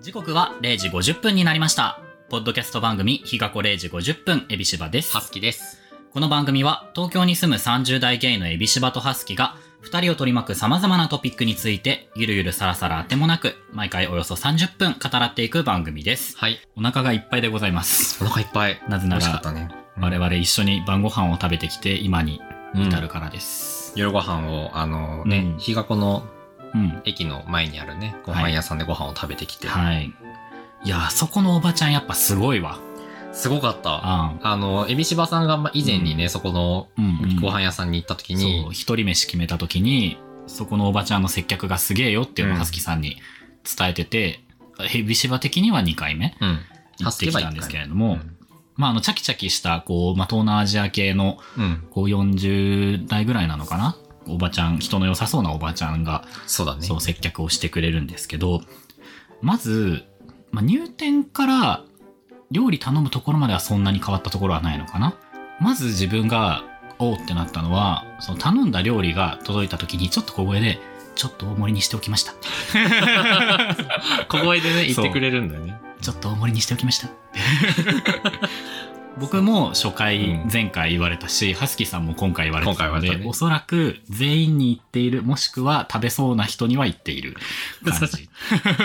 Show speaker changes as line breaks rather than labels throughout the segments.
時刻は0時50分になりました。ポッドキャスト番組、日がこ0時50分、エビシバです
ハ。スキです。
この番組は、東京に住む30代ゲイのエビシバとハスキが、二人を取り巻く様々なトピックについて、ゆるゆるさらさらあてもなく、毎回およそ30分語らっていく番組です。
はい。
お腹がいっぱいでございます。
お腹いっぱい。
なぜ
美
な
味しかっ
ら、
たね。
我々一緒に晩ご飯を食べてきて、今に
うん
至るからです。
夜ご飯を、あのね
うん、
日がこの
うん。
駅の前にあるね、ご飯屋さんでご飯を食べてきて。
はい。いや、あそこのおばちゃんやっぱすごいわ。
すごかった。
あ
あの、エビシバさんがま以前にね、そこの
ん。うん、うん。
ご飯屋さんに行った時
そう
に、
一人飯決めた時にそこのおばちゃんの接客がすげえよっていうのを
うん
はすきさんに伝えてて、ヘビシバ的には2回目
うん。
行ってきたんですけれども、
ハスキは
まあ、あのチャキチャキしたこう、まあ、東南アジア系の
一回うん。うん
こう40代ぐらいなのかなおばちゃん人の良さそうなおばちゃんが
そうだね。
そう接客をしてくれるんですけどまず、まあ、入店から料理頼むところまではそんなに変わったところはないのかなまず自分がおーってなったのはその頼んだ料理が届いた時にちょっと小声で「ちょっと大盛りにしておきました」
小声でね、言
そう
ってくれるんだよね。
「ちょっと大盛りにしておきま した」僕も初回
うん
前回言われたし、ハスキーさんも今回言われてたの
今回言
で
われたね
おそらく全員に言っているもしくは食べそうな人には言ってい る感じ、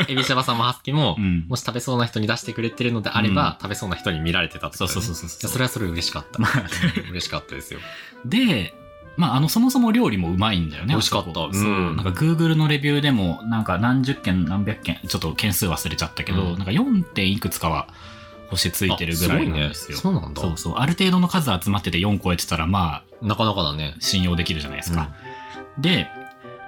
エビシバさんもハスキも
う、ん
もし食べそうな人に出してくれてるのであれば、食べそうな人に見られてたってこと
そう
だよね
そうそうそう
いやそれはそれ嬉しかった。
ま
うん嬉しかったですよ。
で、まあ、あの、そもそも料理もうまいんだよね。
美味しかった
あそこ
うん
そう。なんか、Google のレビューでも、なんか、何十件、何百件、ちょっと件数忘れちゃったけど、
うん
なんか、4点いくつかは、星ついてるぐらいなんですよ。
あすごいね。そうなんだ。
そうそう。ある程度の数集まってて4超えてたら、まあ、
なかなかだね。
信用できるじゃないですか。で、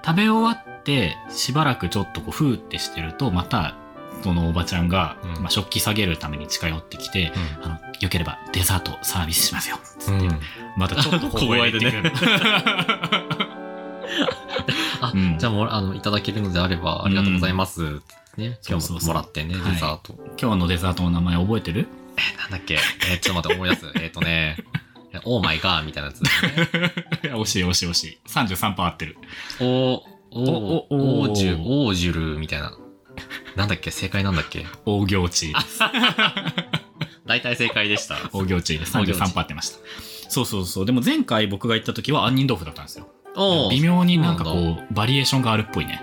食べ終わって、しばらくちょっとこう、ふーってしてると、また、そのおばちゃんが、
うん
まあ、食器下げるために近寄ってきて、あの、よければデザートサービスしますよ。つ
う
っ
ん
て、
うん
またちょっと小声で言って くる。
あ、
うん
じゃあもらあのいただけるのであればありがとうございます。ね、
そ
今
う
日
そう
も
そう
もらってね、デ
はい
ザート。
今日のデザートの名前覚えてる
え、なんだっけえーちょっと待って、思い出す。えっとね、オーマイガーみたいなやつだよね。
惜しい惜しい惜しい。33%合ってる。
おー、おー、
おお
おーじゅ、おーじゅるみたいな。なんだっけ正解なんだっけ
大行地。
大体正解でした。
大行地で
大行地
33%合ってました。そうそうそう。でも前回僕が行った時は杏仁豆腐だったんですよ。
おー
微妙になんか
そうな
こう、バリエーションがあるっぽいね。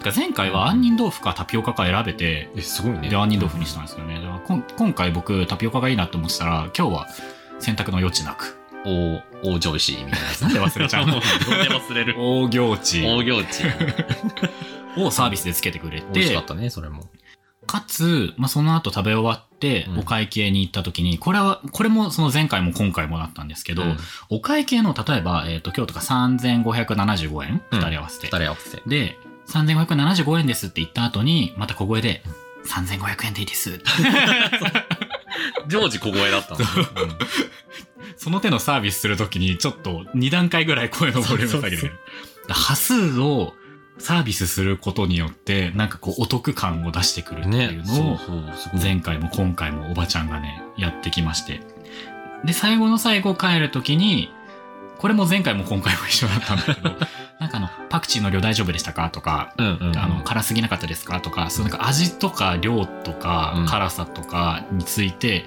だから前回は杏仁豆腐かタピオカか選べて、
え、すごいね。
で、杏仁豆腐にしたんですよね。だからこん今回僕タピオカがいいなと思ってたら、今日は選択の余地なく。
おー、おージョイシーみたいなやつ。
なんで忘れち ゃうの
なんで忘れる。
大行地
大行地。
をサービスでつけてくれ
美味してかっ、たね、それも。
かつ、まあ、その後食べ終わって、
うん
お会計に行った時に、これは、これもその前回も今回もだったんですけど、
うん
お会計の、例えば、えっ、と、今日とか3575円、
うん
2人合わせて。
二人合わせて。
で、3575円ですって言った後に、また小声で、3500円でいいです。
常時小声だったの。
その手のサービスするときに、ちょっと2段階ぐらい声のボリューム下げ
そうそうそ
る。端数をサービスすることによって、なんかこう、お得感を出してくるっていう
ね、
のを、
そうそう、すごい。
前回も今回もおばちゃんがね、やってきまして。で、最後の最後帰るときに、これも前回も今回も一緒だったんだけど、 なんかあの、パクチーの量大丈夫でしたかとか、
うんうんうん
あの、辛すぎなかったですかとか、そうなんか味とか量と
う
か
ん
辛さとかについて、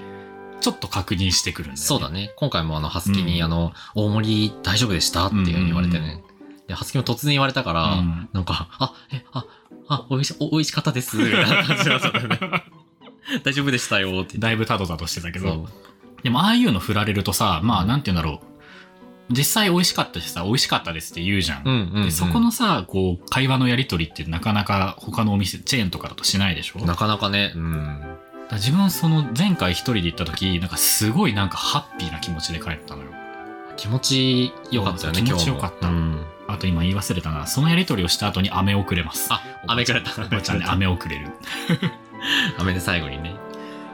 ちょっと確認してくるんだよね。
そうだね。今回もあの、ハスキに、
うん
あの、大盛り大丈夫でしたっていうふうに言われてね。で、ハスキも突然言われたから、
うん
なんか、あ、え、あ、あ、おいし、お、おいしかったです。みたいな感じだったんだ よね。大丈夫でしたよって言って。
だいぶタドタドしてたけ
そ
ど、でもああいうの振られるとさ、まあなんて言うんだろう。実際美味しかったしさ、美味しかったですって言うじゃん
う。うんうん、うん。
でそこ、のさこう会話のやり取りってなかなか他のお店チェーンとかだとしないでしょ
なかなかね、うん。
だから自分その前回一人で行った時なんかすごいなんかハッピーな気持ちで帰ったのよ
気持ちよかったよね、
そう
今日も。
気持ちよかった
うん。
あと今言い忘れたなそのやり取りをした後に飴をくれます
あ、
おば
雨
ち
く
ゃん
れた。
おばちゃんね飴をくれる
雨で最後にね。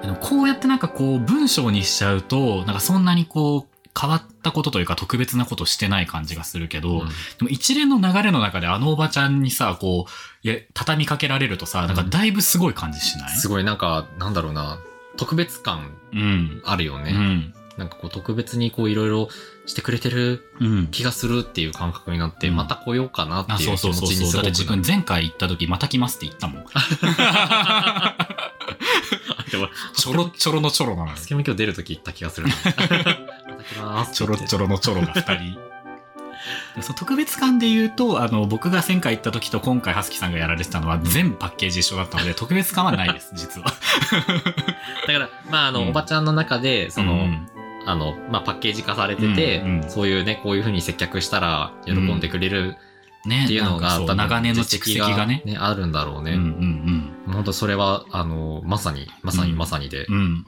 でもこうやってなんかこう文章にしちゃうとなんかそんなにこう変わったことというか特別なことしてない感じがするけど、
うん
でも一連の流れの中であのおばちゃんにさこういや畳みかけられるとさなんかだいぶすごい感じしない、
すごいなんか、なんだろうな、特別感
うん
あるよね。
うん、
なんかこう特別にこういろいろしてくれてる
うん。
気がするっていう感覚になって、
うん
また来ようかな
あ、
ってい
そうう
気
そう
持ち
そう
に
そう。
す
だ
ご
っ
く
て
な
自分前回行った時、また来ますって言った もん。
あでも
ちょろちょろのちょろなのよ
スケム今日出るとき言った気 が するな。また来ます。
ちょろち
ょ
ょろのちょろが2人。 そう特別感で言うとあの僕が前回行った時と今回ハスキさんがやられてたのは全部パッケージ一緒だったので特別感はない です実は。
だから、まあ、あの、
うん
おばちゃんの中で、その、
うん
あの、まあ、パッケージ化されてて、
うんうん
そういうね、こういうふうに接客したら喜んでくれる
ね
っていうの
なんか
が、
そ
多分
長年の蓄積がね。
実績あるんだろう
う
ね。
んうん
本当それは、あの、まさに、まさに
うん
まさにで。
うん。うん。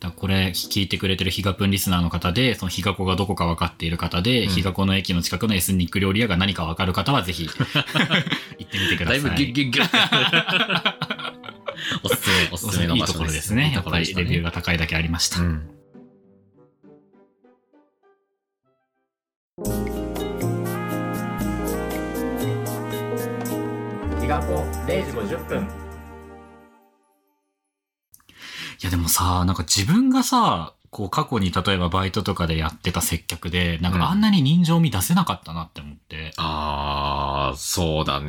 だからこれ聞いてくれてるヒガプンリスナーの方でそのヒガコがどこか分かっている方で、
うん
ヒガコの駅の近くのエスニック料理屋が何か分かる方はぜ ひ行ってみてくだ
だ
さい。
いぶギュッギュッギュッ。 おす すめ、おすすめの
いい
場
と
所
こ
で
ろ
す。
ですね。やっぱ
いい
り
とこ
レ
ろでしたね
ビューが高いだけありました。
うん。
日がこ0時50分
いやでもさ、なんか自分がさ、こう過去に例えばバイトとかでやってた接客で、なん
うん
かあんなに人情味出せなかったなって思って、
あー、そう
な
だ
ん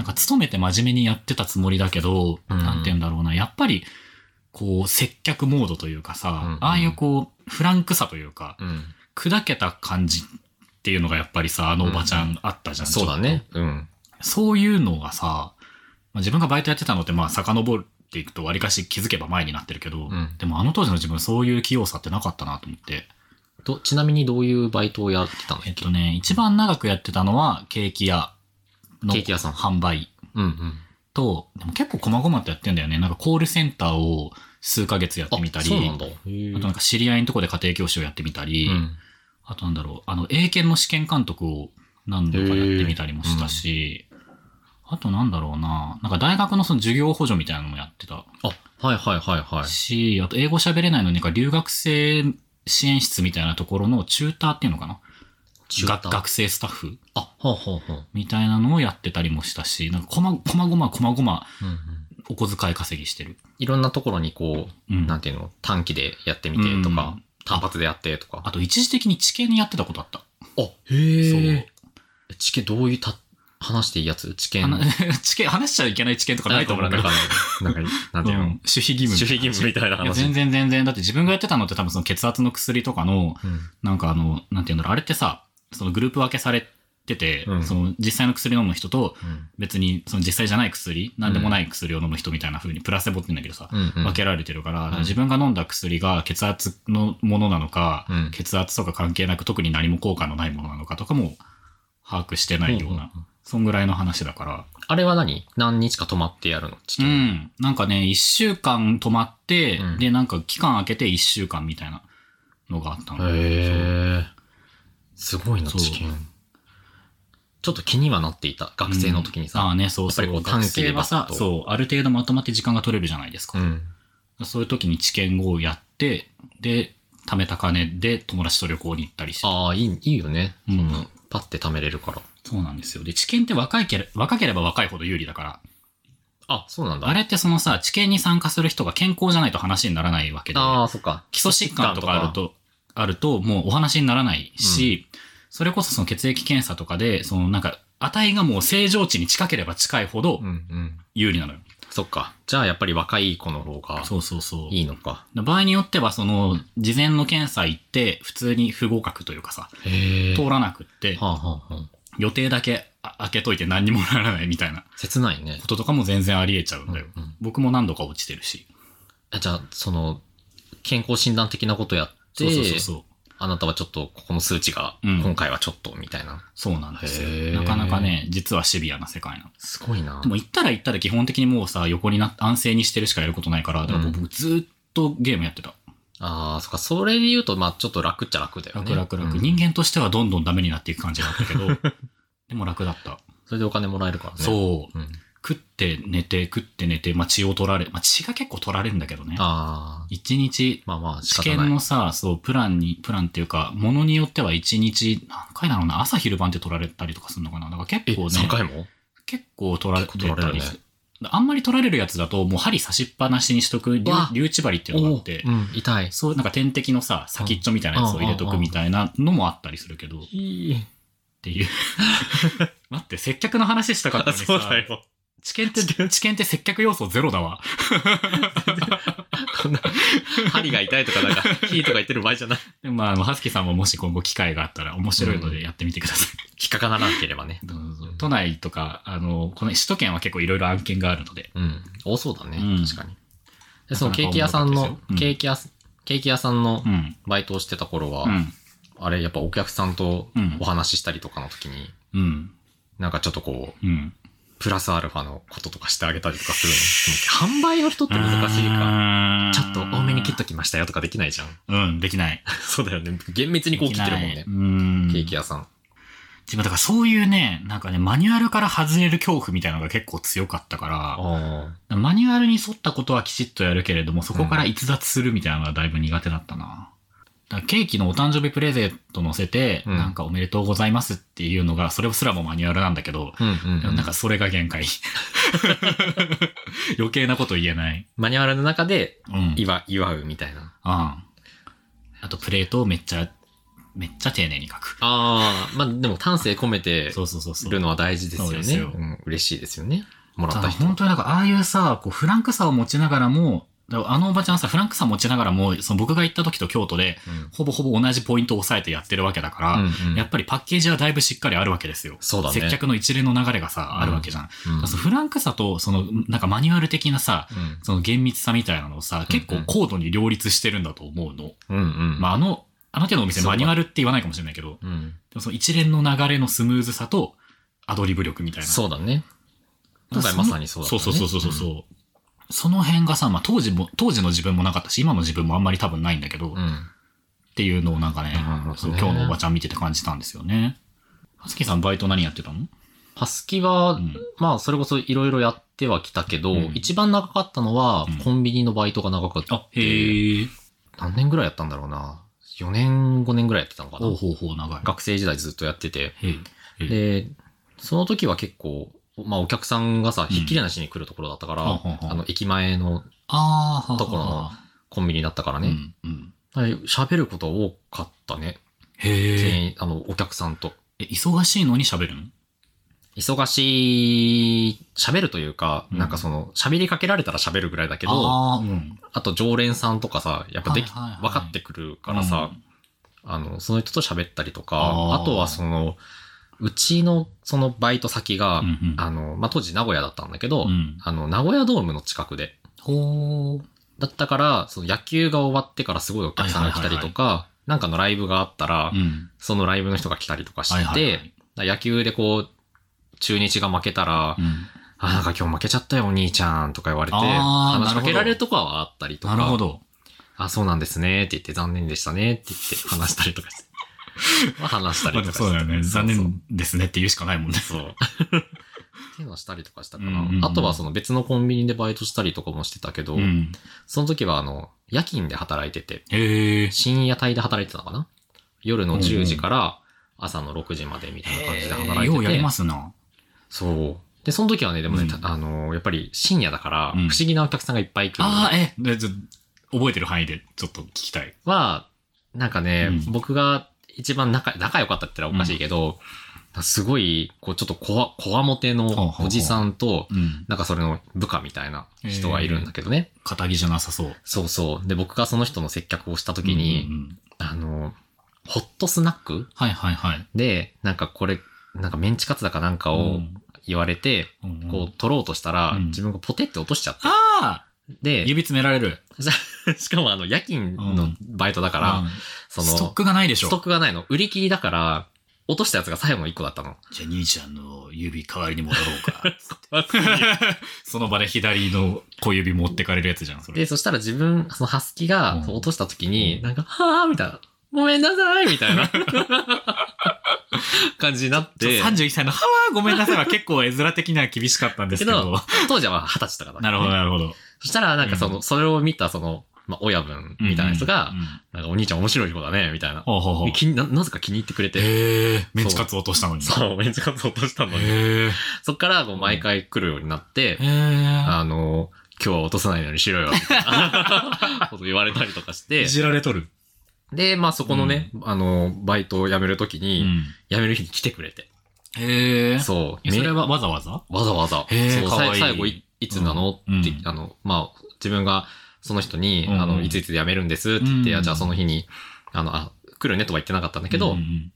ね。
か勤めて真面目にやってたつもりだけど、
うん
なんて言うんだろうな、やっぱり、こう接客モードというかさ、
うんうん
ああいうこう、フランクさというか、
うん。
砕けた感じっていうのがやっぱりさ、あのおばちゃ
うん
あったじゃん。
そうだね。うん。
そういうのがさ、まあ、自分がバイトやってたのって、まあ、遡っていくと、わりかし気づけば前になってるけど、
うん
でもあの当時の自分、そういう器用さってなかったなと思って。
ど、ちなみにどういうバイトをやってたの
えっとね、一番長くやってたのは、ケーキ屋の
ケーキ屋さん
販売
うんうん。
と、でも結構細々とやってんだよね。なんかコールセンターを数ヶ月やってみたり、
そうなんだ。へ
あ
ー
となんか知り合いのとこで家庭教師をやってみたり、
うん
あとなんだろう、あの、英検の試験監督を何度かやってみたりもしたし、あとなんだろうな、なんか大学のその授業補助みたいなのもやってた
あ、はいはいはいはい。
し、あと英語喋れないのになんか留学生支援室みたいなところのチューターっていうのかな
中華
が学生スタッフ
あ、ほうほうほう。
みたいなのをやってたりもしたし、なんかこま、こまごまこまごま
うんうん
お小遣い稼ぎしてる。
いろんなところにこ
う
う、
ん。
なんていうの、短期でやってみてと
う
か
ん、
単発でやってとか。
あと一時的に地形にやってたことあった。
あ、へえ。地形どういうた、話していいやつ地形
あの 地形、話しちゃいけない地形とかないと思うんだ
な
けど
んか。、なんか、なんていううんの、
守秘義務
守秘義
みたいな
務みたいない
や、
話。
全然全然。だって自分がやってたのって多分その血圧の薬とかの、なんかあの、なんていうんだろう、あれってさ、そのグループ分けされてて、
うん
その実際の薬飲む人と、
うんうん
別にその実際じゃない薬、なんでもない薬を飲む人みたいな風に、プラセボって言うんだけどさ、
うんうん
分けられてるから、
うん
自分が飲んだ薬が血圧のものなのか、
うん
血圧とか関係なく特に何も効果のないものなのかとかも把握してないような、
んんん
そんぐらいの話だから、
あれは何何日か泊まってやるの
う
地形。
ん。なんかね、一週間泊まって、
うん
で、なんか期間空けて一週間みたいなのがあったの。
へえ。すごいな、
そう
知見。ちょっと気にはなっていた。学生の時に
ああ
さ。
ね、そうそう。
やっぱりこう
学
短期
生
でバ
は
ッと
さ、そう、ある程度まとまって時間が取れるじゃないですか。
ん。
そういう時に知見をやって、で、貯めた金で友達と旅行に行ったりして。
ああ、いい、いいよね。
うん
そのパッて貯めれるから。
そうなんですよ。で、知見って若いけれ若ければ若いほど有利だから。
あ、そうなんだ。
あれってそのさ、知見に参加する人が健康じゃないと話にならないわけで。
ああ、そっか。
基礎疾患とかある。と、あると、もうお話にならないし、それこそその血液検査とかで、そのなんか、値がもう正常値に近ければ近いほど
うんうん。
有利なのよ。
そっか。じゃあ、やっぱり若い子の方が
そうそうそう。
いいのか。
場合によっては、その、事前の検査行って、普通に不合格というかさ、
へえ。
通
は
らなくって
あ、はあはあ。
予定だけあ開けといて何にもならないみたいな
切ないね
こ。ととかも全然ありえちゃうんだよ。
うんうん
僕も何度か落ちてるし。
あじゃあ、その、健康診断的なことやって、
そうそうそうそう。
あなたはちょっと、ここの数値が、
うん
今回はちょっと、みたいな。
そうなんです
へー
よ。なかなかね、実はシビアな世界なの。
すごいな。
でも行ったら行ったら基本的にもうさ、横にな安静にしてるしかやることないから、だからもう僕ずーっとゲームやってた。
ああ、そっか、それで言うと、まあ、ちょっと楽っちゃ楽だよ
楽
ね。
々楽。
うん
人間としてはどんどんダメになっていく感じがあったけ ど、でも楽だった。
それでお金もらえるからね。う。
そう。
ん、
食って寝て、食って寝て、まあ血を取られ、まあ血が結構取られるんだけどね。
ああ、
一日、
まあまあ、仕
試
方な
験
い。
のさ、そう、プランに、プランっていうか、ものによっては一日、何回だろうな、朝昼晩って取られたりとかするのかな。だから結
え、
構ね、
3回も
結構取られ
結構取られるね
取れたりあんまり取られるやつだと、もう針刺しっぱなしにしとく、留
わ
留置針っていうのがあって、
おうん、痛い。
そう、なんか点滴のさ、先っちょみたいなやつを入れとくみたいなのもあったりするけど、って いう。待って、接客の話したかった
あ
のにさ。
そうだよ。
知見って、知見って接客要素ゼロだわ。
こんな、針が痛いとか、な んか、ヒーとか言ってる場合じゃない。
でもまああの、はすきさんももし今後機会があったら面白いのでやってみてくださ い。
引っかからなければね。
どうぞ都内とか、あの、この首都圏は結構いろいろ案件があるので。
うん。多そうだね。
うん
確かに。で、その
なか
ケ
なか
ーキ屋さん
面白
の
かったですようん、
ケーキ屋す、ケーキ屋さんの
うん。
バイトをしてた頃は
う、ん。
あれ、やっぱお客さんと
うん
お話ししたりとかの時に、
うん。
なんかちょっとこう、
うん。
プラスアルファのこととかしてあげたりとかするの。でも販売の人って難しいか。
か
ちょっと多めに切っと
き。
きましたよとかできないじゃん。
うん、できない。
そうだよね。厳密にこう切ってるもん
でき。
ね
ないうん。
ケーキ屋さん。
自分だからそういうね、なんかね、マニュアルから外れる恐怖みたいなのが結構強かったか
あ
ら、マニュアルに沿ったことはきちっとやるけれども、そこから逸脱するみたいなのがだいぶ苦手だったな。だからケーキのお誕生日プレゼント乗せて、
うん
なんかおめでとうございますっていうのが、それすらもマニュアルなんだけど、
あ。うんうん。
なんかそれが 限界。余計なこと言えない。
マニュアルの中で
うん。
祝祝うみたいな。
ああとプレートをめっちゃ、めっちゃ丁寧に書く。
ああ、まあでも丹精込めて
そうそうそうそう。
るのは大事ですよ
そう
ね。
ですよ
うん、嬉しいですよね。もら
た
った
だ
人。
本当になんかああいうさ、こうフランクさを持ちながらも、だからあのおばちゃんさ、フランクさ持ちながらも、その僕が行った時と京都で、
うん
ほぼほぼ同じポイントを押さえてやってるわけだから、
うんうん
やっぱりパッケージはだいぶしっかりあるわけですよ。
そうだね
接客の一連の流れがさ、
うん
あるわけじゃん。だか
うん
らそのフランクさと、その、なんかマニュアル的なさ、その厳密さみたいなのをさ、結構高度に両立してるんだと思うの。
うんうん。
まあ、あの、あの手のお店
そうだ
マニュアルって言わないかもしれないけど、
うん。
でもその一連の流れのスムーズさと、アドリブ力みたいな。
そうだね。今回まさにそうだったね。
そうそうそうそうそう。その辺がさ、まあ、当時も、当時の自分もなかったし、今の自分もあんまり多分ないんだけど、
うん。うん。
っていうのをなんかね
なるほどね
そう今日のおばちゃん見てて感じたんですよね。はすきさんバイト何やってたの
ハスキは、
うん
まあそれこそいろいろやってはきたけど、
うん
一番長かったのは、
うん
コンビニのバイトが長かった。
あ、へえ。
何年ぐらいやったんだろうな。4年、5年ぐらいやってたのか
ほう
な。
ほうほう、長い。
学生時代ずっとやってて。
へえ。うん
で、その時は結構、まあお客さんがさ、ひっきりなしに来るところだったから、
うんはあはあはあ
あの、駅前の
ああ、はあ
ところのコンビニだったから
う
ね。
ん、うん。
はい喋、ること多かったね。
へえ。
店員あの、お客さんと。
え、忙しいのに喋るの
忙しい、喋るというか、
うん
なんかその、喋りかけられたら喋るぐらいだけど、
あ
あ
あ、うん。
と常連さんとかさ、やっぱでき、
はいはいはい
分かってくるからさ、あの、その人と喋ったりとか、
あー
あとはその、うちのそのバイト先が、
うん、うん
あの、まあ、当時名古屋だったんだけ
う
ど、
ん。うん。
あの、名古屋ドームの近くで、
ほう。
だったから、その野球が終わってからすごいお客さんが来たりとか、なんかのライブがあったら、
うん。
そのライブの人が来たりとかして、
はいはいはい
だから野球でこう、中日が負けたら、
うん
あ、なんか今日負けちゃったよ、お兄ちゃんとか言われて、
あー
話しか
なるほ
けら
ど
れるとかはあったりとか、
なるほど。
あ、そうなんですねって言って、残念でしたねって言って話したりと かして。まあ話したり
まあでも
とかして。
そうだよね。
そう
残念ですねって言うしかないもんね。
そう。そうっていうのはしたりとかしたか
うん
ら、
うんうん
あとはその別のコンビニでバイトしたりとかもしてたけど、
うん。
その時はあの、夜勤で働いてて、
へえ。
深夜帯で働いてたのかな夜の
うんう
10
ん
時から朝の6時までみたいな感じで働いてて。
ようやりますな。
そう。で、その時はね、でもね、
うん
たあのーやっぱり深夜だから、
うん
不思議なお客さんがいっぱい来る。
ああ、え、でちょ覚えてる範囲でちょっと聞きたい。
は、なんかね、
うん
僕が一番仲、仲良かったって言ったらおかしいけど、すごい、こう、ちょっとこわ、こわもて
ほうほう
の
ほう
おじさんと、
うん。
なんかそれの部下みたいな人がいるんだけどね。
仇じゃなさそう。
そうそう。で、僕がその人の接客をした時
うん
に、
うんうん
あのー、ホットスナック
はいはいはい。
で、なんかこれ、なんかメンチカツだかなんかを言われて、
うん、うん
こう取ろうとしたら、
うん
自分がポテって落としちゃって。
ああ
で、
指詰められる。
しかもあの、夜勤のバイトだから、
うん
その、
ストックがないでしょ。
ストックがないの。売り切りだから、落としたやつが最後の1個だっ たの。
じゃあ兄ちゃんの指代わりに戻ろうか。 つって
で
その場で左の小指持ってかれるやつじゃん、それ。
で、そしたら自分、そのハスキが
うん
そう落とした時
う
に、
ん
なんか、はぁみたいな。ごめんなさいみたいな 感じになっ
ち
て
ょ、31歳の、はあ、ごめんなさいは結構絵面的には厳しかったんですけ
け
ど。
当時は二十歳とかだった、
なるほど、なるほど。
そしたら、なんかその、
うん
それを見た、その、まあ、親分みたいなやつが、
うんうん
なんかお兄ちゃん面白い子だね、みたいな。
ほうほうほう
で気にななぜか気に入ってくれて、
へえメンチカツ落としたのに
そう、メンチカツ落としたのに、
へえ
そっからこう毎回来るようになって
へ、え
あの、今日は落とさないようにしろよ、みたいなこと言われたりとかし て
い、じられとる
で、まあそこのね、あの、バイトを辞めるとき
う
に、
ん
辞める日に来てくれて、
へえ
そう、
えそれ
め
はわざわざ
わざわざ、
へー
そう
かわいい
さい最後いいつなのって、
うん
あの、まあ、自分がその人に、
うん
あの、いついつで辞めるんですって言って、
うん
あじゃあその日に、あの、あ、来るねとは言ってなかったんだけど、
うん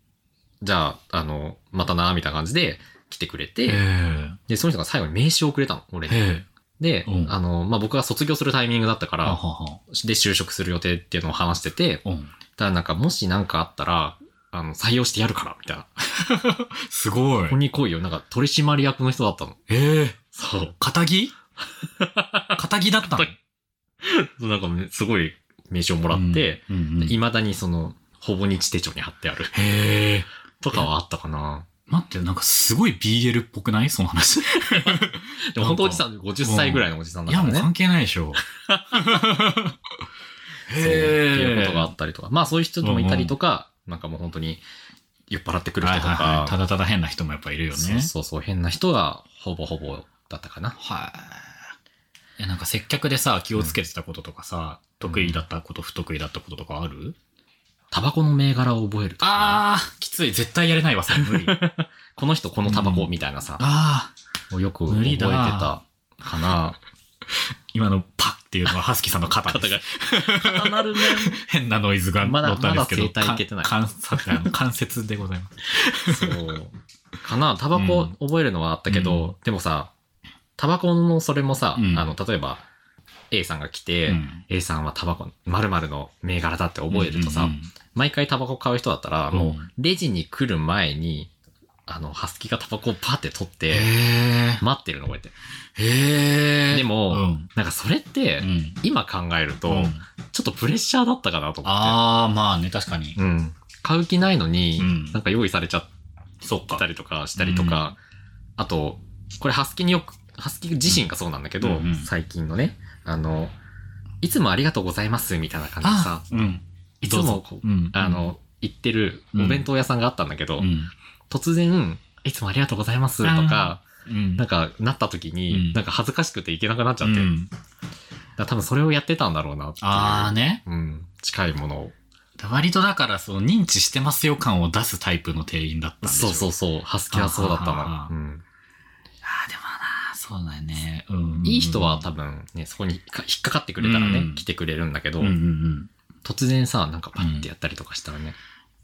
じゃあ、あの、またな、みたいな感じで来てくれ
へ
て、
え
で、その人が最後に名刺をくれたの、俺
へ
に。
え
で、
うん
あの、まあ、僕が卒業するタイミングだったか
あは
ら、
は
で、就職する予定っていうのを話してて、
うん
ただなんか、もしなんかあったら、あの、採用してやるから、みたいな。
すごい
ここに来いよ。なんか、取締役の人だったの。
ええ
そう。
肩 着肩着だったの
肩そうなんかね、すごい名刺をもらって、
うんうんうん
いまだにその、ほぼ日手帳に貼ってある。
へえ
とかはあったかな。
待ってなんかすごい BL っぽくないその話 い
でも本当おじさん、50歳ぐらいのおじさんだ
や
から
もう
ね。
関係ないでし ょへ
そうっていうことがあ
て
ったりとか。まあそういう人もいたりとか、なんかもう本当に酔っ払ってくる人
はい
と
はいはいた
か、
だただ変な人もやっぱいるよね
そうそうそう、変な人がほぼほぼだったかな。
はい。え、なんか接客でさ、気をつけてたこととかさ、得意だったこと、不得意だったこととかある
タバコの銘柄を覚えるとか、
あー、きつい。絶対やれないわ、それ 無理。
この人このタバコみたいなさ、
あ
をよく
無
覚え
理
て
だ
たかな。
ー、今のパッっていうのは、ハスキーさんの肩です。
固まるね。
変なノイズが
まだ
乗ったんですけど、
まだ声帯いけてない
かん関節あの関節でございます。
そう。かな、タバコ覚えるのはあったけど、
う
でもさ、タバコのそれもさ、
うん
あの、例えば、A さんが来て、
うん、
A さんはタバコ、〇〇の銘柄だって覚えるとさ、
うんうん
毎回タバコ買う人だったら、
うん
もう、レジに来る前に、あの、ハスキがタバコをパって取っ
うん、
て、
へ
待ってるの、こうやって。
ー。へー。
でも
うん。
なんかそれって、
うん
今考えると、
うん
ちょっとプレッシャーだったかなと思っ
あー、まあね、確かに
て。。うん。買う気ないのに、
うん
なんか用意されちゃっ
そっか
た。りとかしたりとか、あと、これハスキによく、ハスキ自身がそうなんだけど、
うんうん
最近のね、あの、いつもありがとうございますみたいな感じで
あ、、
さ
うん。
いつもこう、
うん
あ、の、行ってるお弁当屋さんがあったんだけど、
うん。
突然、いつもありがとうございますとか、
うん。
なんかなった時に、
うん
なんか恥ずかしくていけなくなっちゃって、
う
だ
ん
から多分それをやってたんだろうなっていう。
あーね。
うん、近いものを。
割とだからその認知してますよ感を出すタイプの店員だったんでしょ
そうそうそう、ハスキはそうだった
あ。
な
ー
うん
ああでもなそうだよね、うん、
いい人は多分ね、そこに引っかかってくれたらね、
うん
来てくれるんだけど、
うんうんうん
突然さ、なんかパッてやったりとかしたらね。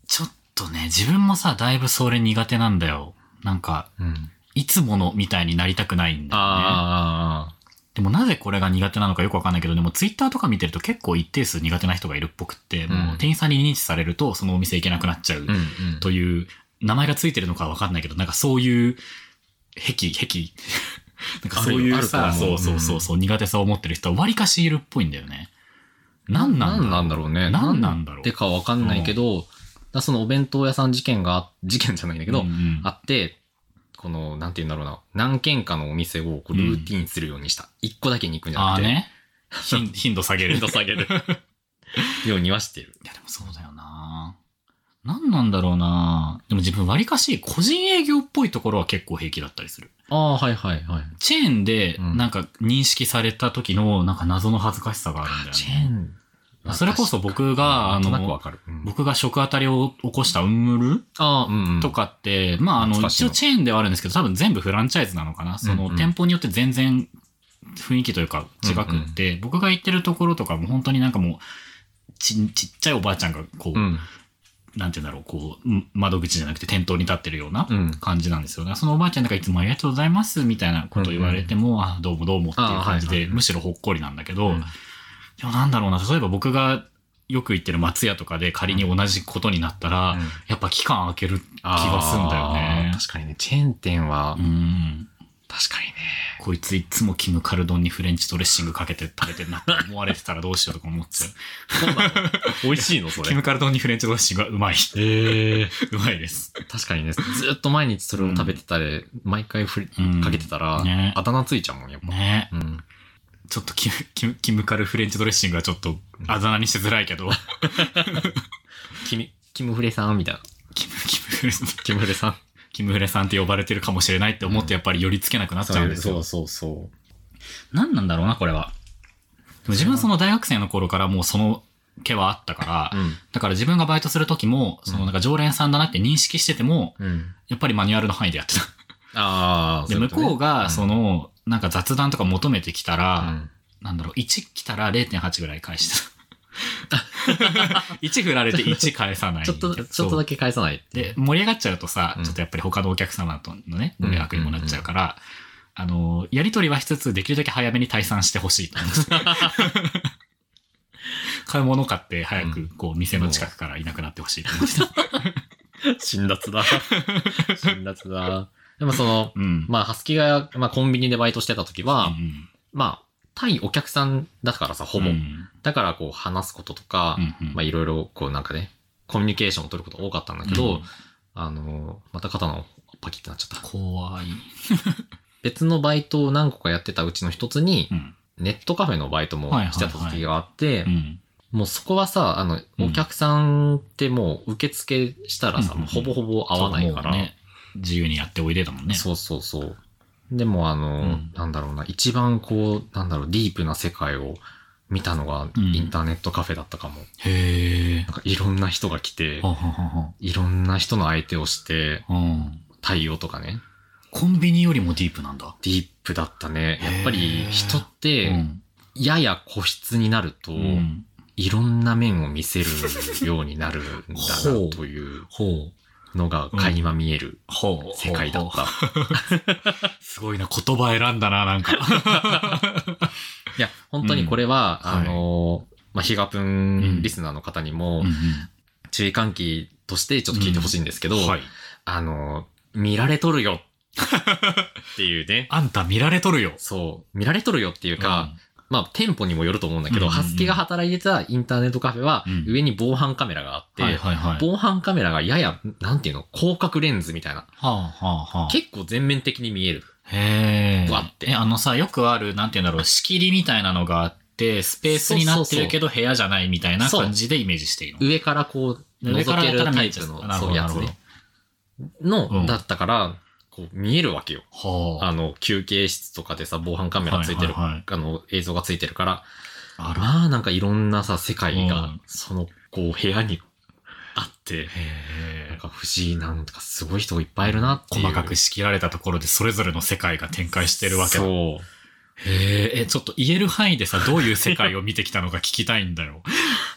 ちょっとね自分もさだいぶそれ苦手なんだよなんか
うん。
いつものみたいになりたくないんだよね
あ
でもなぜこれが苦手なのかよくわかんないけどでもツイッターとか見てると結構一定数苦手な人がいるっぽくって、もう店員さんに認知されるとそのお店行けなくなっちゃう
あ、うんうん。
という、名前がついてるのかはわかんないけど、なんかそういう、癖、癖、 なんかそうい
あ
う
るよあ
さ、
ると思
そううそうそうそう、苦手さを持ってる人は割かしいるっぽいんだよね。なんなんだ
なんなんだろうね。
なんなんだろう
ってかわかんないけど、だからそのお弁当屋さん事件が、事件じゃないんだけど、
うんうん
あって、この、なんて言うんだろうな、何軒かのお店をこう
うん
ルーティンするようにした。一、個だけに行くんじゃな
あー
くて、
ね。頻頻度下げる。
頻度下げる。 ようにはしてる。
いやでもそうだよななんなんだろうなでも自分割かし個人営業っぽいところは結構平気だったりする。
ああ、はいはいはい。
チェーンで
うん
なんか認識された時のなんか謎の恥ずかしさがあるんだよね。
チェーン。
それこそ僕が
なんとな
あ
く
の
わかる。うん
僕が食あたりを起こしたウンムル
ああ、うん、うん。
とかって、まあ、あの、
懐かし
一
い
応
な
チェーンではあるんですけど、多分全部フランチャイズなのかな。その、
うんうん
店舗によって全然雰囲気というか違くって、僕が行ってるところとかも本当になんかもう、ちちっちゃいおばあちゃんがこう、
うん。
なんて言うんだろう、こう、ん窓口じゃなくて店頭に立ってるような
うん。
感じなんですよね。そのおばあちゃんなんかいつもありがとうございますみたいなこと言われても、あ、どうもどうもっていう感じ
あはい
で、
はいはい
むしろほっこりなんだけど、
うん
でもなんだろうな、例えば僕がよく行ってる松屋とかで仮に同じことになったら、
うん
やっぱ期間空ける気がすんだよね
あ。ー確かにね、チェーン店は、
うん。
確かにね。
こいついつもキムカル丼にフレンチドレッシングかけて食べてんなって思われてたらどうしようとか思っちゃう。
美味しいのそ
キムカル丼にフレンチドレッシングはうまい。
ええ
うまいです。
確かにね、ずーっと毎日それを食べてたり、毎回ふり
うん
かけてたら、
ね
あだ名ついちゃうもん、やっぱ。
ね
うん。
ちょっとキムキムキムカルフレンチドレッシングはちょっとあだ名にしづらいけ ど、
君、キムフレさんみたいな。
キム、キムフレ、
キムフレさん。
キムフレさんって呼ばれてるかもしれないって思ってやっぱり寄りつけなくなっちゃうんですよ。
そうそう。
何なんだろうな、これは。でも自分はその大学生の頃からもうその毛はあったから、
うん。
だから自分がバイトする時も、そのなんか常連さんだなって認識してても、
うん。
やっぱりマニュアルの範囲でやってた。
ああ、
で、向こうが、そ
の、
の、なんか雑談とか求めてきた
う
ら、
ん
なんだろう、1来たら0.8ぐらい返して た。1振られて1返さない。
ちょっと、ちょっとだけ返さないっていう
で、盛り上がっちゃうとさ、
うん
ちょっとやっぱり他のお客様とのね、
うん
迷惑にもなっちゃうから、あの、やりとりはしつつ、できるだけ早めに退散してほしいと思って。 買い物買って早く、こう、店の近くからいなくなってほしいと思ってた。
辛辣だ。辛辣だ。でもその、
うん。
まあ、ハスキが、まあ、コンビニでバイトしてた時は、
うん
まあ、対お客さんだからさ、ほぼ。
うん
だから、こう、話すこととか、
うんうん
まあ、いろいろ、こう、なんかね、コミュニケーションを取ること多かったんだけど、
うん
あの、また肩のパキってなっちゃった。
怖い。
別のバイトを何個かやってたうちの一つに
う、ん。
ネットカフェのバイトもしてた時があって、
うん。
もうそこはさ、あの、
うん
お客さんってもう受付したらさ、
うんうんうん
もうほぼほぼ合わないから、
そうもうね。自由にやっておいでだもんね。
そうそうそう。でもあの、
うん
なんだろうな、一番こう、なんだろう、ディープな世界を見たのが
うん
インターネットカフェだったかも。
へえ
な。んかいろんな人が来て
は、ははい
ろんな人の相手をして、
は。うん。
対応とかね、
コンビニよりもディープなんだ。
ディープだったね。やっぱり
へー
人っ
う
て、
ん。
やや個室になると、
うん
いろんな面を見せるようになるんだ
ほ
な
う
という
ほう。
のが垣間見える
ほう。
世界だった。
すごいな、言葉選んだな、なんか。
いや、本当にこれは、
うん
あの、まあ、ヒガプ
うん
ンリスナーの方にも
ん、
注意喚起としてちょっと聞いてほしいんですけど、
はい。
あの、見られとるよっていうね。
あんた見られとるよ。
そう、見られとるよっていうか、まあ、店舗にもよると思うんだけど、
うんうんうん
ハスキが働いてたインターネットカフェは
うん、
上に防犯カメラがあって、
はいはいはい。
防犯カメラがやや、なんていうの、広角レンズみたいな。
はあはあはあ。
結構全面的に見える。
へえ。
わって
え、あのさ、よくある、なんて言うんだろう、仕切りみたいなのがあって、スペースになってるけど部屋じゃないみたいな感じでイメージしているの。
上からこう、
上から
覗け
やった
る
ら見
タ
え
イ
ち
プ
ゃう
の
な、るほ
そ
ど
う、やつね。の、
うん
だったから、こう、見えるわけよ。
はあ。
あの、休憩室とかでさ、防犯カメラついてる、
はいはいはい
あの、映像がついてるから、
あら。
まあ、なんかいろんなさ、世界
う
が
ん、
その、こう、部屋にあって、
へ
なん
え。
か不思議な、なんかすごい人がいっぱいいるなっていう。
細かく仕切られたところでそれぞれの世界が展開してるわけだ。
そう。
へえ、え、ちょっと言える範囲でさ、どういう世界を見てきたのか聞きたいんだよ。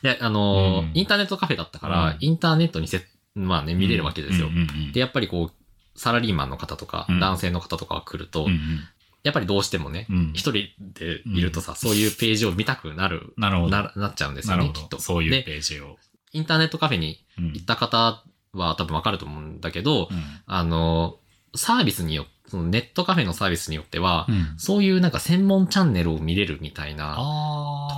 で、あのー
うん
インターネットカフェだったから、
うん
インターネットにせ、まあね、 見れるわけですよ。
うんうんうん
で、やっぱりこう、サラリーマンの方とか、
うん
男性の方とかが来ると、
うん
やっぱりどうしてもね
う、んうん
一人でいるとさ、そういうページを見たくなる、
なるほど。
な、なっちゃうんです
な
よ
る
ね、
ほ
きっ
ど。
と。
そういう
で、
ページを。
インターネットカフェに
うん
行った方は多分わかると思うんだけど、
うん
あの、サービスによそのネットカフェのサービスによっては、
うん
そういうなんか専門チャンネルを見れるみたいな
あ
と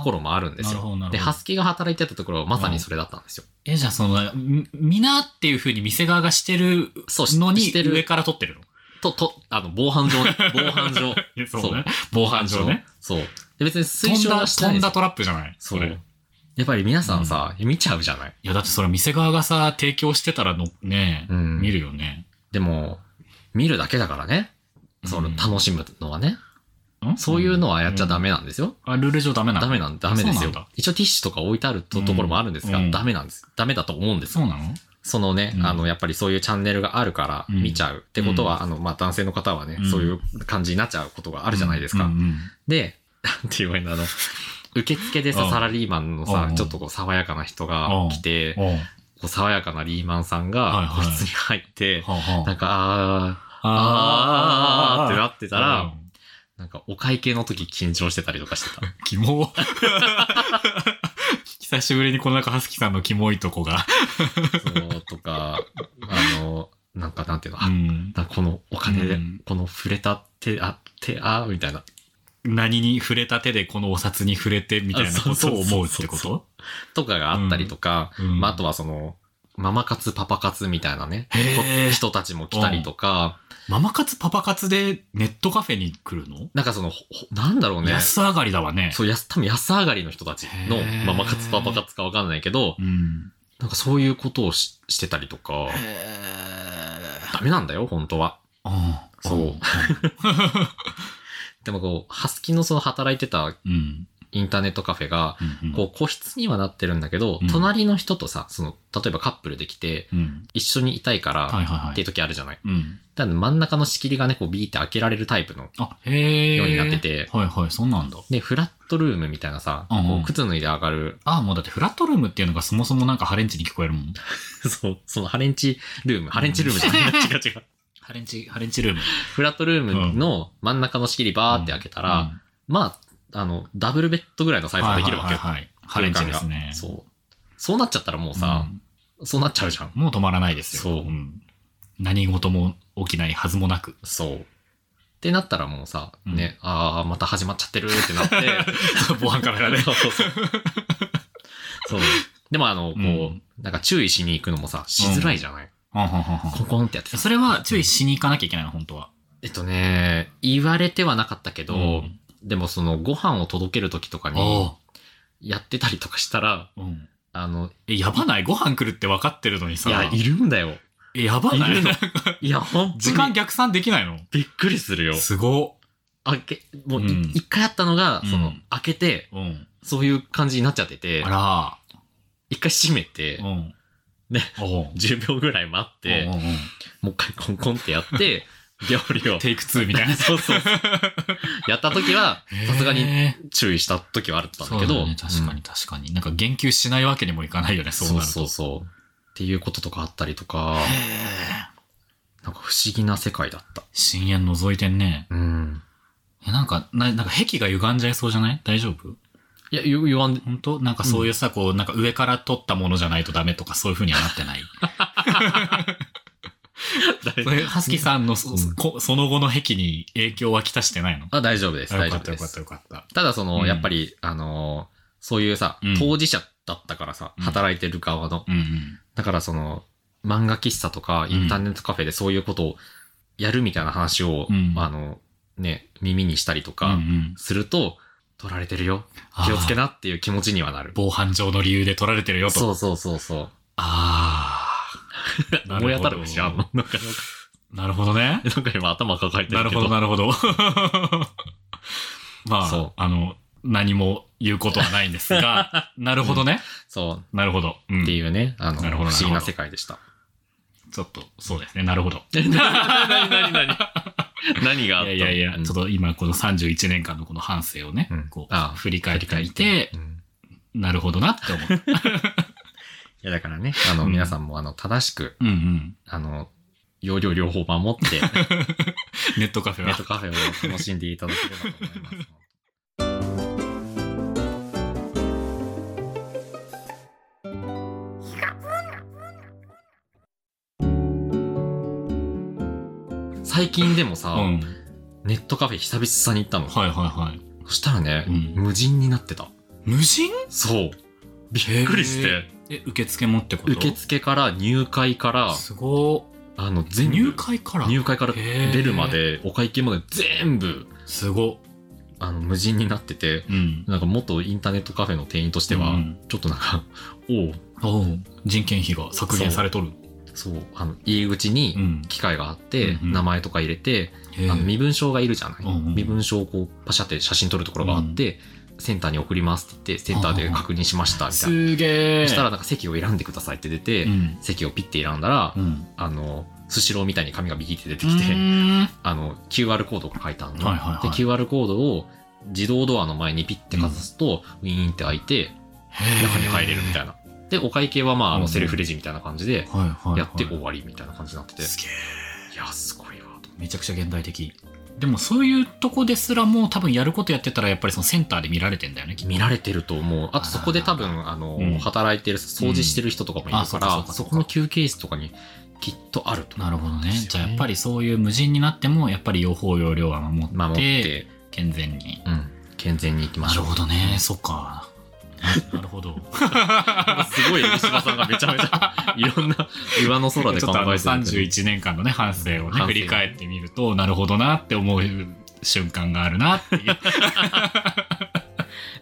あ。
ころもあるんです
なるほど
よ
なる。ほど
で、ハスキが働いてたところはまさにそれだったんですよ。
え、じゃあその、みみなっていう風に店側がしてる
そうし
のに
してる
上から撮ってるの
と、と、あの、防犯上ね、防犯上。
いや
そうね。
防犯上ね。
そう。で、別に
飛
推
ん
奨
だ、
はしてな
飛
い
ん
です
だ
よ。
トラップじゃない
そう
れい。
やっぱり皆さんさ、見ちゃうじゃない。
や、だってそれ店側がさ、提供してたらの、ね、
うん
見るよね。
でも、見るだけだからね。その、
うん
楽しむのはね。
ん
そういうのはやっちゃダメ
うん
なんですよ。
あ、ルール上ダメなの
ダメなん、ダメで
そう
す
な
よ
んだ。
一応ティッシュとか置いてあると
うん
ところもあるんですが、
うん
ダメなんです。ダメだと思うんです
そ
よ。
うなの
そのね、
うん
あの、やっぱりそういうチャンネルがあるから
うん
見ちゃうってことは、あの、まあ、男性の方はね、
うん
そういう感じになっちゃうことがあるじゃないですか。
うんうん
で、なんて言えばいいんだろう。受付で
う
さ、
ん
サラリーマンの
う
さ
ん、
ちょっとこう、爽やかな人が来て、
おう
こう爽やかなリーマンさん
はい
が、
は
個
い
室に入って、
はあはあ
なんか、あー、あー、あー、あーってなってたら、なんかお会計の時緊張してたりとかしてた。
キモ。 久しぶりにこの中、はすきさんのキモいとこが。
そう、とか、あの、なんかなんていうの、あ
うん
なんかこのお金で、
うん
この触れた手、あ、手、あ、みたいな。
何に触れた手でこのお札に触れてみたいなことを思うってこ
あそうそうそうそ
と
とかがあったりとか、
うん
まあ、あとはその、ママ活、パパ活みたいなね
へー、
人たちも来たりとか、
ママ活パパ活でネットカフェに来るの、
なんかその、ほほなんだろうね。
安上がりだわね。
そう、安、多分安上がりの人たちの
へー、
まあ、マカツパパカツかわかんないけど、
うん。
なんかそういうことをししてたりとか、ダメなんだよ、本当は。
ああ
そうでもこう、ハスキのその働いてた
うん。うん。
インターネットカフェが、
うん
こう、個室にはなってるんだけど、
うん
隣の人とさ、その、例えばカップルで来て、
うん。うん。
一緒にいたいから、
はいはいは
って
い。
いう時あるじゃない。
うん。
ただ真ん中の仕切りがね、こうビーって開けられるタイプの
あ、へえ。
ようになってて、
はいはい、そうなんだ。
で、フラットルームみたいなさ、
うんうん
こう靴脱いで上がる、
ああ、もうだってフラットルームっていうのがそもそもなんかハレンチに聞こえるもん。
そう、そのハレンチルーム、ハレンチルームじゃない、違う 違う。
ハレンチ、ハレンチルーム。
フラットルームの真ん中の仕切りバーって開けたら、まあ、あの、ダブルベッドぐらいのサ
うん、
イズができるわけよ。
はいはいはいはい。ハレンチですね。う
そう。そうなっちゃったらもうさ、
ん
そうなっちゃうじゃん。
もう止まらないですよ。
そうん
何事も起きないはずもなく。
そう。ってなったらもうさ、
うん
ね、ああ、また始まっちゃってるってなって、
防犯カメラで。
そうそうそう。そう。でもあの、こう、
うん
なんか注意しに行くのもさ、しづらいじゃない、
はんはんはんはん
コンコンってやってさ。
それは注意しに行かなきゃいけないの、本当は。
えっとね、言われてはなかったけど、
うん
でもそのご飯を届ける時とかに、やってたりとかしたら、
うん。
あの、
え、やばないご飯来るって分かってるのに
い
さ。
や、いるんだよ。
えやばない
いるのいや、ほんと に
時間逆算できないの
びっくりするよ。
すご
開け、もうい
うん
一、回あったのが、
うん
その、開けて、
っ。うん。
そういう感じになっちゃってて、
あ
一回閉めて
ら。う、ん。
ね
おう。
10秒ぐらい待って、
うんうんうん
もう一回コンコンってやって、 料理を。
テイク2みたい な。
そうそうそう。 やった時は、
へー
さすがに注意した時はあったんだ
そう
けど。
だね、確か
う
に
ん
確かに。なんか言及しないわけにもいかないよね、そう
そう
なると。
そうそう。っていうこととかあったりとか、
へー
なんか不思議な世界だった。
深淵覗いてんね。
うん。
えなんか、ななんか壁が歪んじゃいそうじゃない大丈夫
いや、言 言わんで、
本当なんかそういうさ、こう、なんか上から取ったものじゃないとダメとかそういう風にはな ってない。そういうハスキーさんのそ,
うん
こ、その後の壁に影響はきたしてないの
あ、大丈夫です、
あ
大
よか
丈
っ
夫
た
で
よかった
す。
よかった。
ただ、その、
うん
やっぱり、あのーそういうさ
うん、
当事者だったからさ、
うん
働いてる側の。
うんうん。
だから、その、漫画喫茶とか、インターネットカフェでそういうことをやるみたいな話を、
うん
あの、ね、耳にしたりと
うんう
か、
ん、
すると、取られてるよ。気をつけ
な。
なっていう気持ちにはなる。
防犯上の理由で取られてるよと。
そうそうそうそう。
あ あ。
思い当たる節あんのなんか、
なるほどね。
なんか今頭抱えて
なる
るけ
ほど、
ど。
なるほど。 ま
そう
あ、あの、何も言うことはないんです が、なるほどね。
そ
なるほど。う
う。
ん
っていうね、あ
な
の、不
るほど
思
なるほど
議な世界で した。
ちょっと、そうですね。なるほど。
なになにな に何があ
い
った
やいやいや、
うん
ちょっと今この31年間のこの反省をね、
うん
こう
ああ
振り返ってみて、
うん
なるほどなって思った。
いやだからね、あの、
うん
皆さんもあの、正しく、
うんうん。
あの、容量両方守って、
ネットカフェ
ネ
は
ット。カフェを楽しんでいただければと思います。最近でもさ、
うん。
ネットカフェ久々に行ったの。
はいはいはい。
そしたらね、
うん
無人になってた。
無人
そう。びっくりして。
え、受付もってこと
受付から入会から、
すご
あの、
ー
全部。
入会から
入会から
へー
出るまで、お会計まで全部、
すご。
あの、無人になってて、
うん。
なんか元インターネットカフェの店員としては、
うん
ちょっとなんか、 おう、
おう人件費が削減されとる。
そう、あの、入り口
う
に
ん。
機械があって、
うんうん
名前とか入れて、
へ
あの
ー
身分証がいるじゃない、
うんうん
身分証をこう、パシャって写真撮るところがあって、センターに送りますって言って、センターで確認しました、みたいな。
すげえ。
そしたらなんか席を選んでくださいって出て、
うん。
席をピッて選んだら、
うん。
あの、スシローみたいに紙がビキって出てきて、
うーん
あの、QR コードが書いてあるの。
はいはいはい
で、QR コードを自動ドアの前にピッてかざすと、ウィーンって開いて、
へー
中に入れるみたいな。で、お会計はまあ、あ
うんう
の、
ん
セルフレジみたいな感じで、
はいはいはい。
やって終わりみたいな感じになってて。い
すげえ。
や、すごいわ。と
めちゃくちゃ現代的でもそういうとこですらもう多分やることやってたらやっぱりそのセンターで見られてんだよねきっと
見られてると思う。あと、そこで多分、あの、
うん
働いてる、掃除してる人とかもいる
うんあそ
か
うかそう
ら、
かそ
そう
か
この休憩室とかにきっとあると。
なるほどね
ですよね
じゃあやっぱりそういう無人になってもやっぱり用法用量は守って
守って、
健全に
うん、健全に行きま
な
し
る
ょう。
ほどねそっか なるほど。
すごい三島さんがめちゃめ ちゃいろんな岩の空で
ちょ
考
っとあの
えてるみたい
31年間のね反省を
反
ね
省
振り返ってみるとなるほどなって思う瞬間があるなっていう
な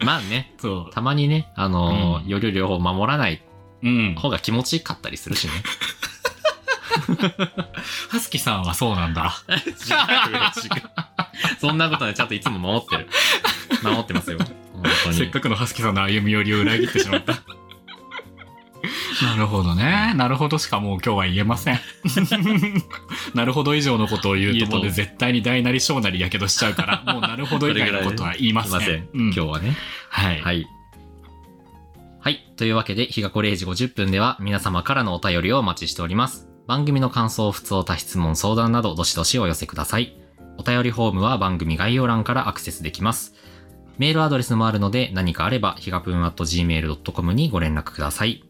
まあね
そう
たまにねあのー
うん
より両方守らない
うん
方が気持ちよかったりするしね
ハスキさんはそうなんだ
違う違う そんなことねちゃんといつも守ってる守ってますよ本当に
せっかくのハスキさんの歩み寄りを裏切ってしまった なるほどねなるほどしかもう今日は言えません なるほど以上のことを言うとここで絶対に大なり小なりやけどしちゃうからもうなるほど以外のことは言います
い
せん
ません、
うん、
今日はね
はい、
はい。はい。というわけで、日がこ0時50分では、皆様からのお便りをお待ちしております。番組の感想、不通た質問、相談など、どしどしお寄せください。お便りフォームは番組概要欄からアクセスできます。メールアドレスもあるので、何かあれば、ひがぷん at gmail.com にご連絡ください。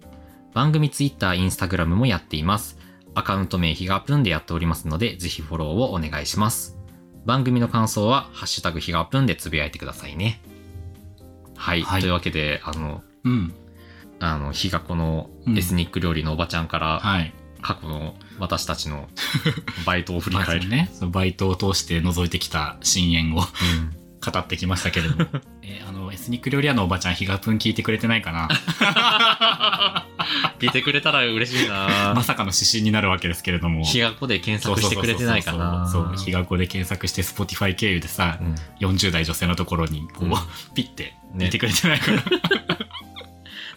番組 Twitter、Instagram もやっています。アカウント名ひがぷんでやっておりますので、ぜひフォローをお願いします。番組の感想は、ハッシュタグひがぷんでつぶやいてくださいね。はい。
はい
というわけで、あの、
うん
あの、ひがこの
うん
エスニック料理のおばちゃんから、
はい
過去の私たちのバイトを振り
ま
返
ず
る。
ねそのバイトを通して覗いてきた深淵を
うん
語ってきましたけれど も、えーあのエスニック料理屋のおばちゃんひがぷん聞いてくれてないかな
聞いてくれたら嬉し い
ま
な
さかの指針になるわけですけれども
日がこで検索してくれてないかな
そうそうそうそう日が子で検索して Spotify 経由でさ
うん
40代女性のところにこう、
うん
ピッて
ね
見てくれてないから、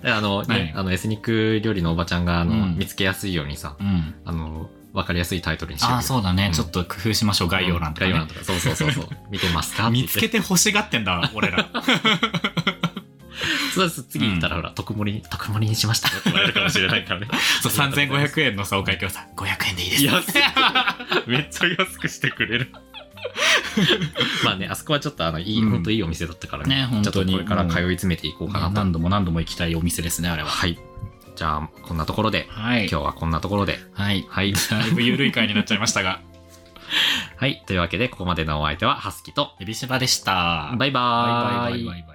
であの、ね
はい
あのエスニック料理のおばちゃんがあの、
うん
見つけやすいようにさ
うん
あのわかりやすいタイトルにして
ああそうだね、
うん
ちょっと工夫しましょう概要欄とか、ね
概要欄とかそうそうそ うそう見てますか
見つけて欲しがってんだ俺 ら
そうです次行ったら、
うん
ほら特盛り特盛りにしま したよって言われるかもしれな いからね
そう3500円のさお会計をさ500円でいいです
安くめっちゃ安くしてく れるまあねあそこはちょっとあのいい、
うん
本当いいお店だったから
ね本当に
ちょっとこれから通い詰めていこうかなと、
何度も何度も行きたいお店ですねあれは
はいじゃあこんなところで
はい
今日はこんなところで
はい
はい
だいぶ緩い回になっちゃいましたが
はい。というわけで、ここまでのお相手は、ハスキと、
エビシバでした
バイバ
バ
ーイ。
イバイバイバイ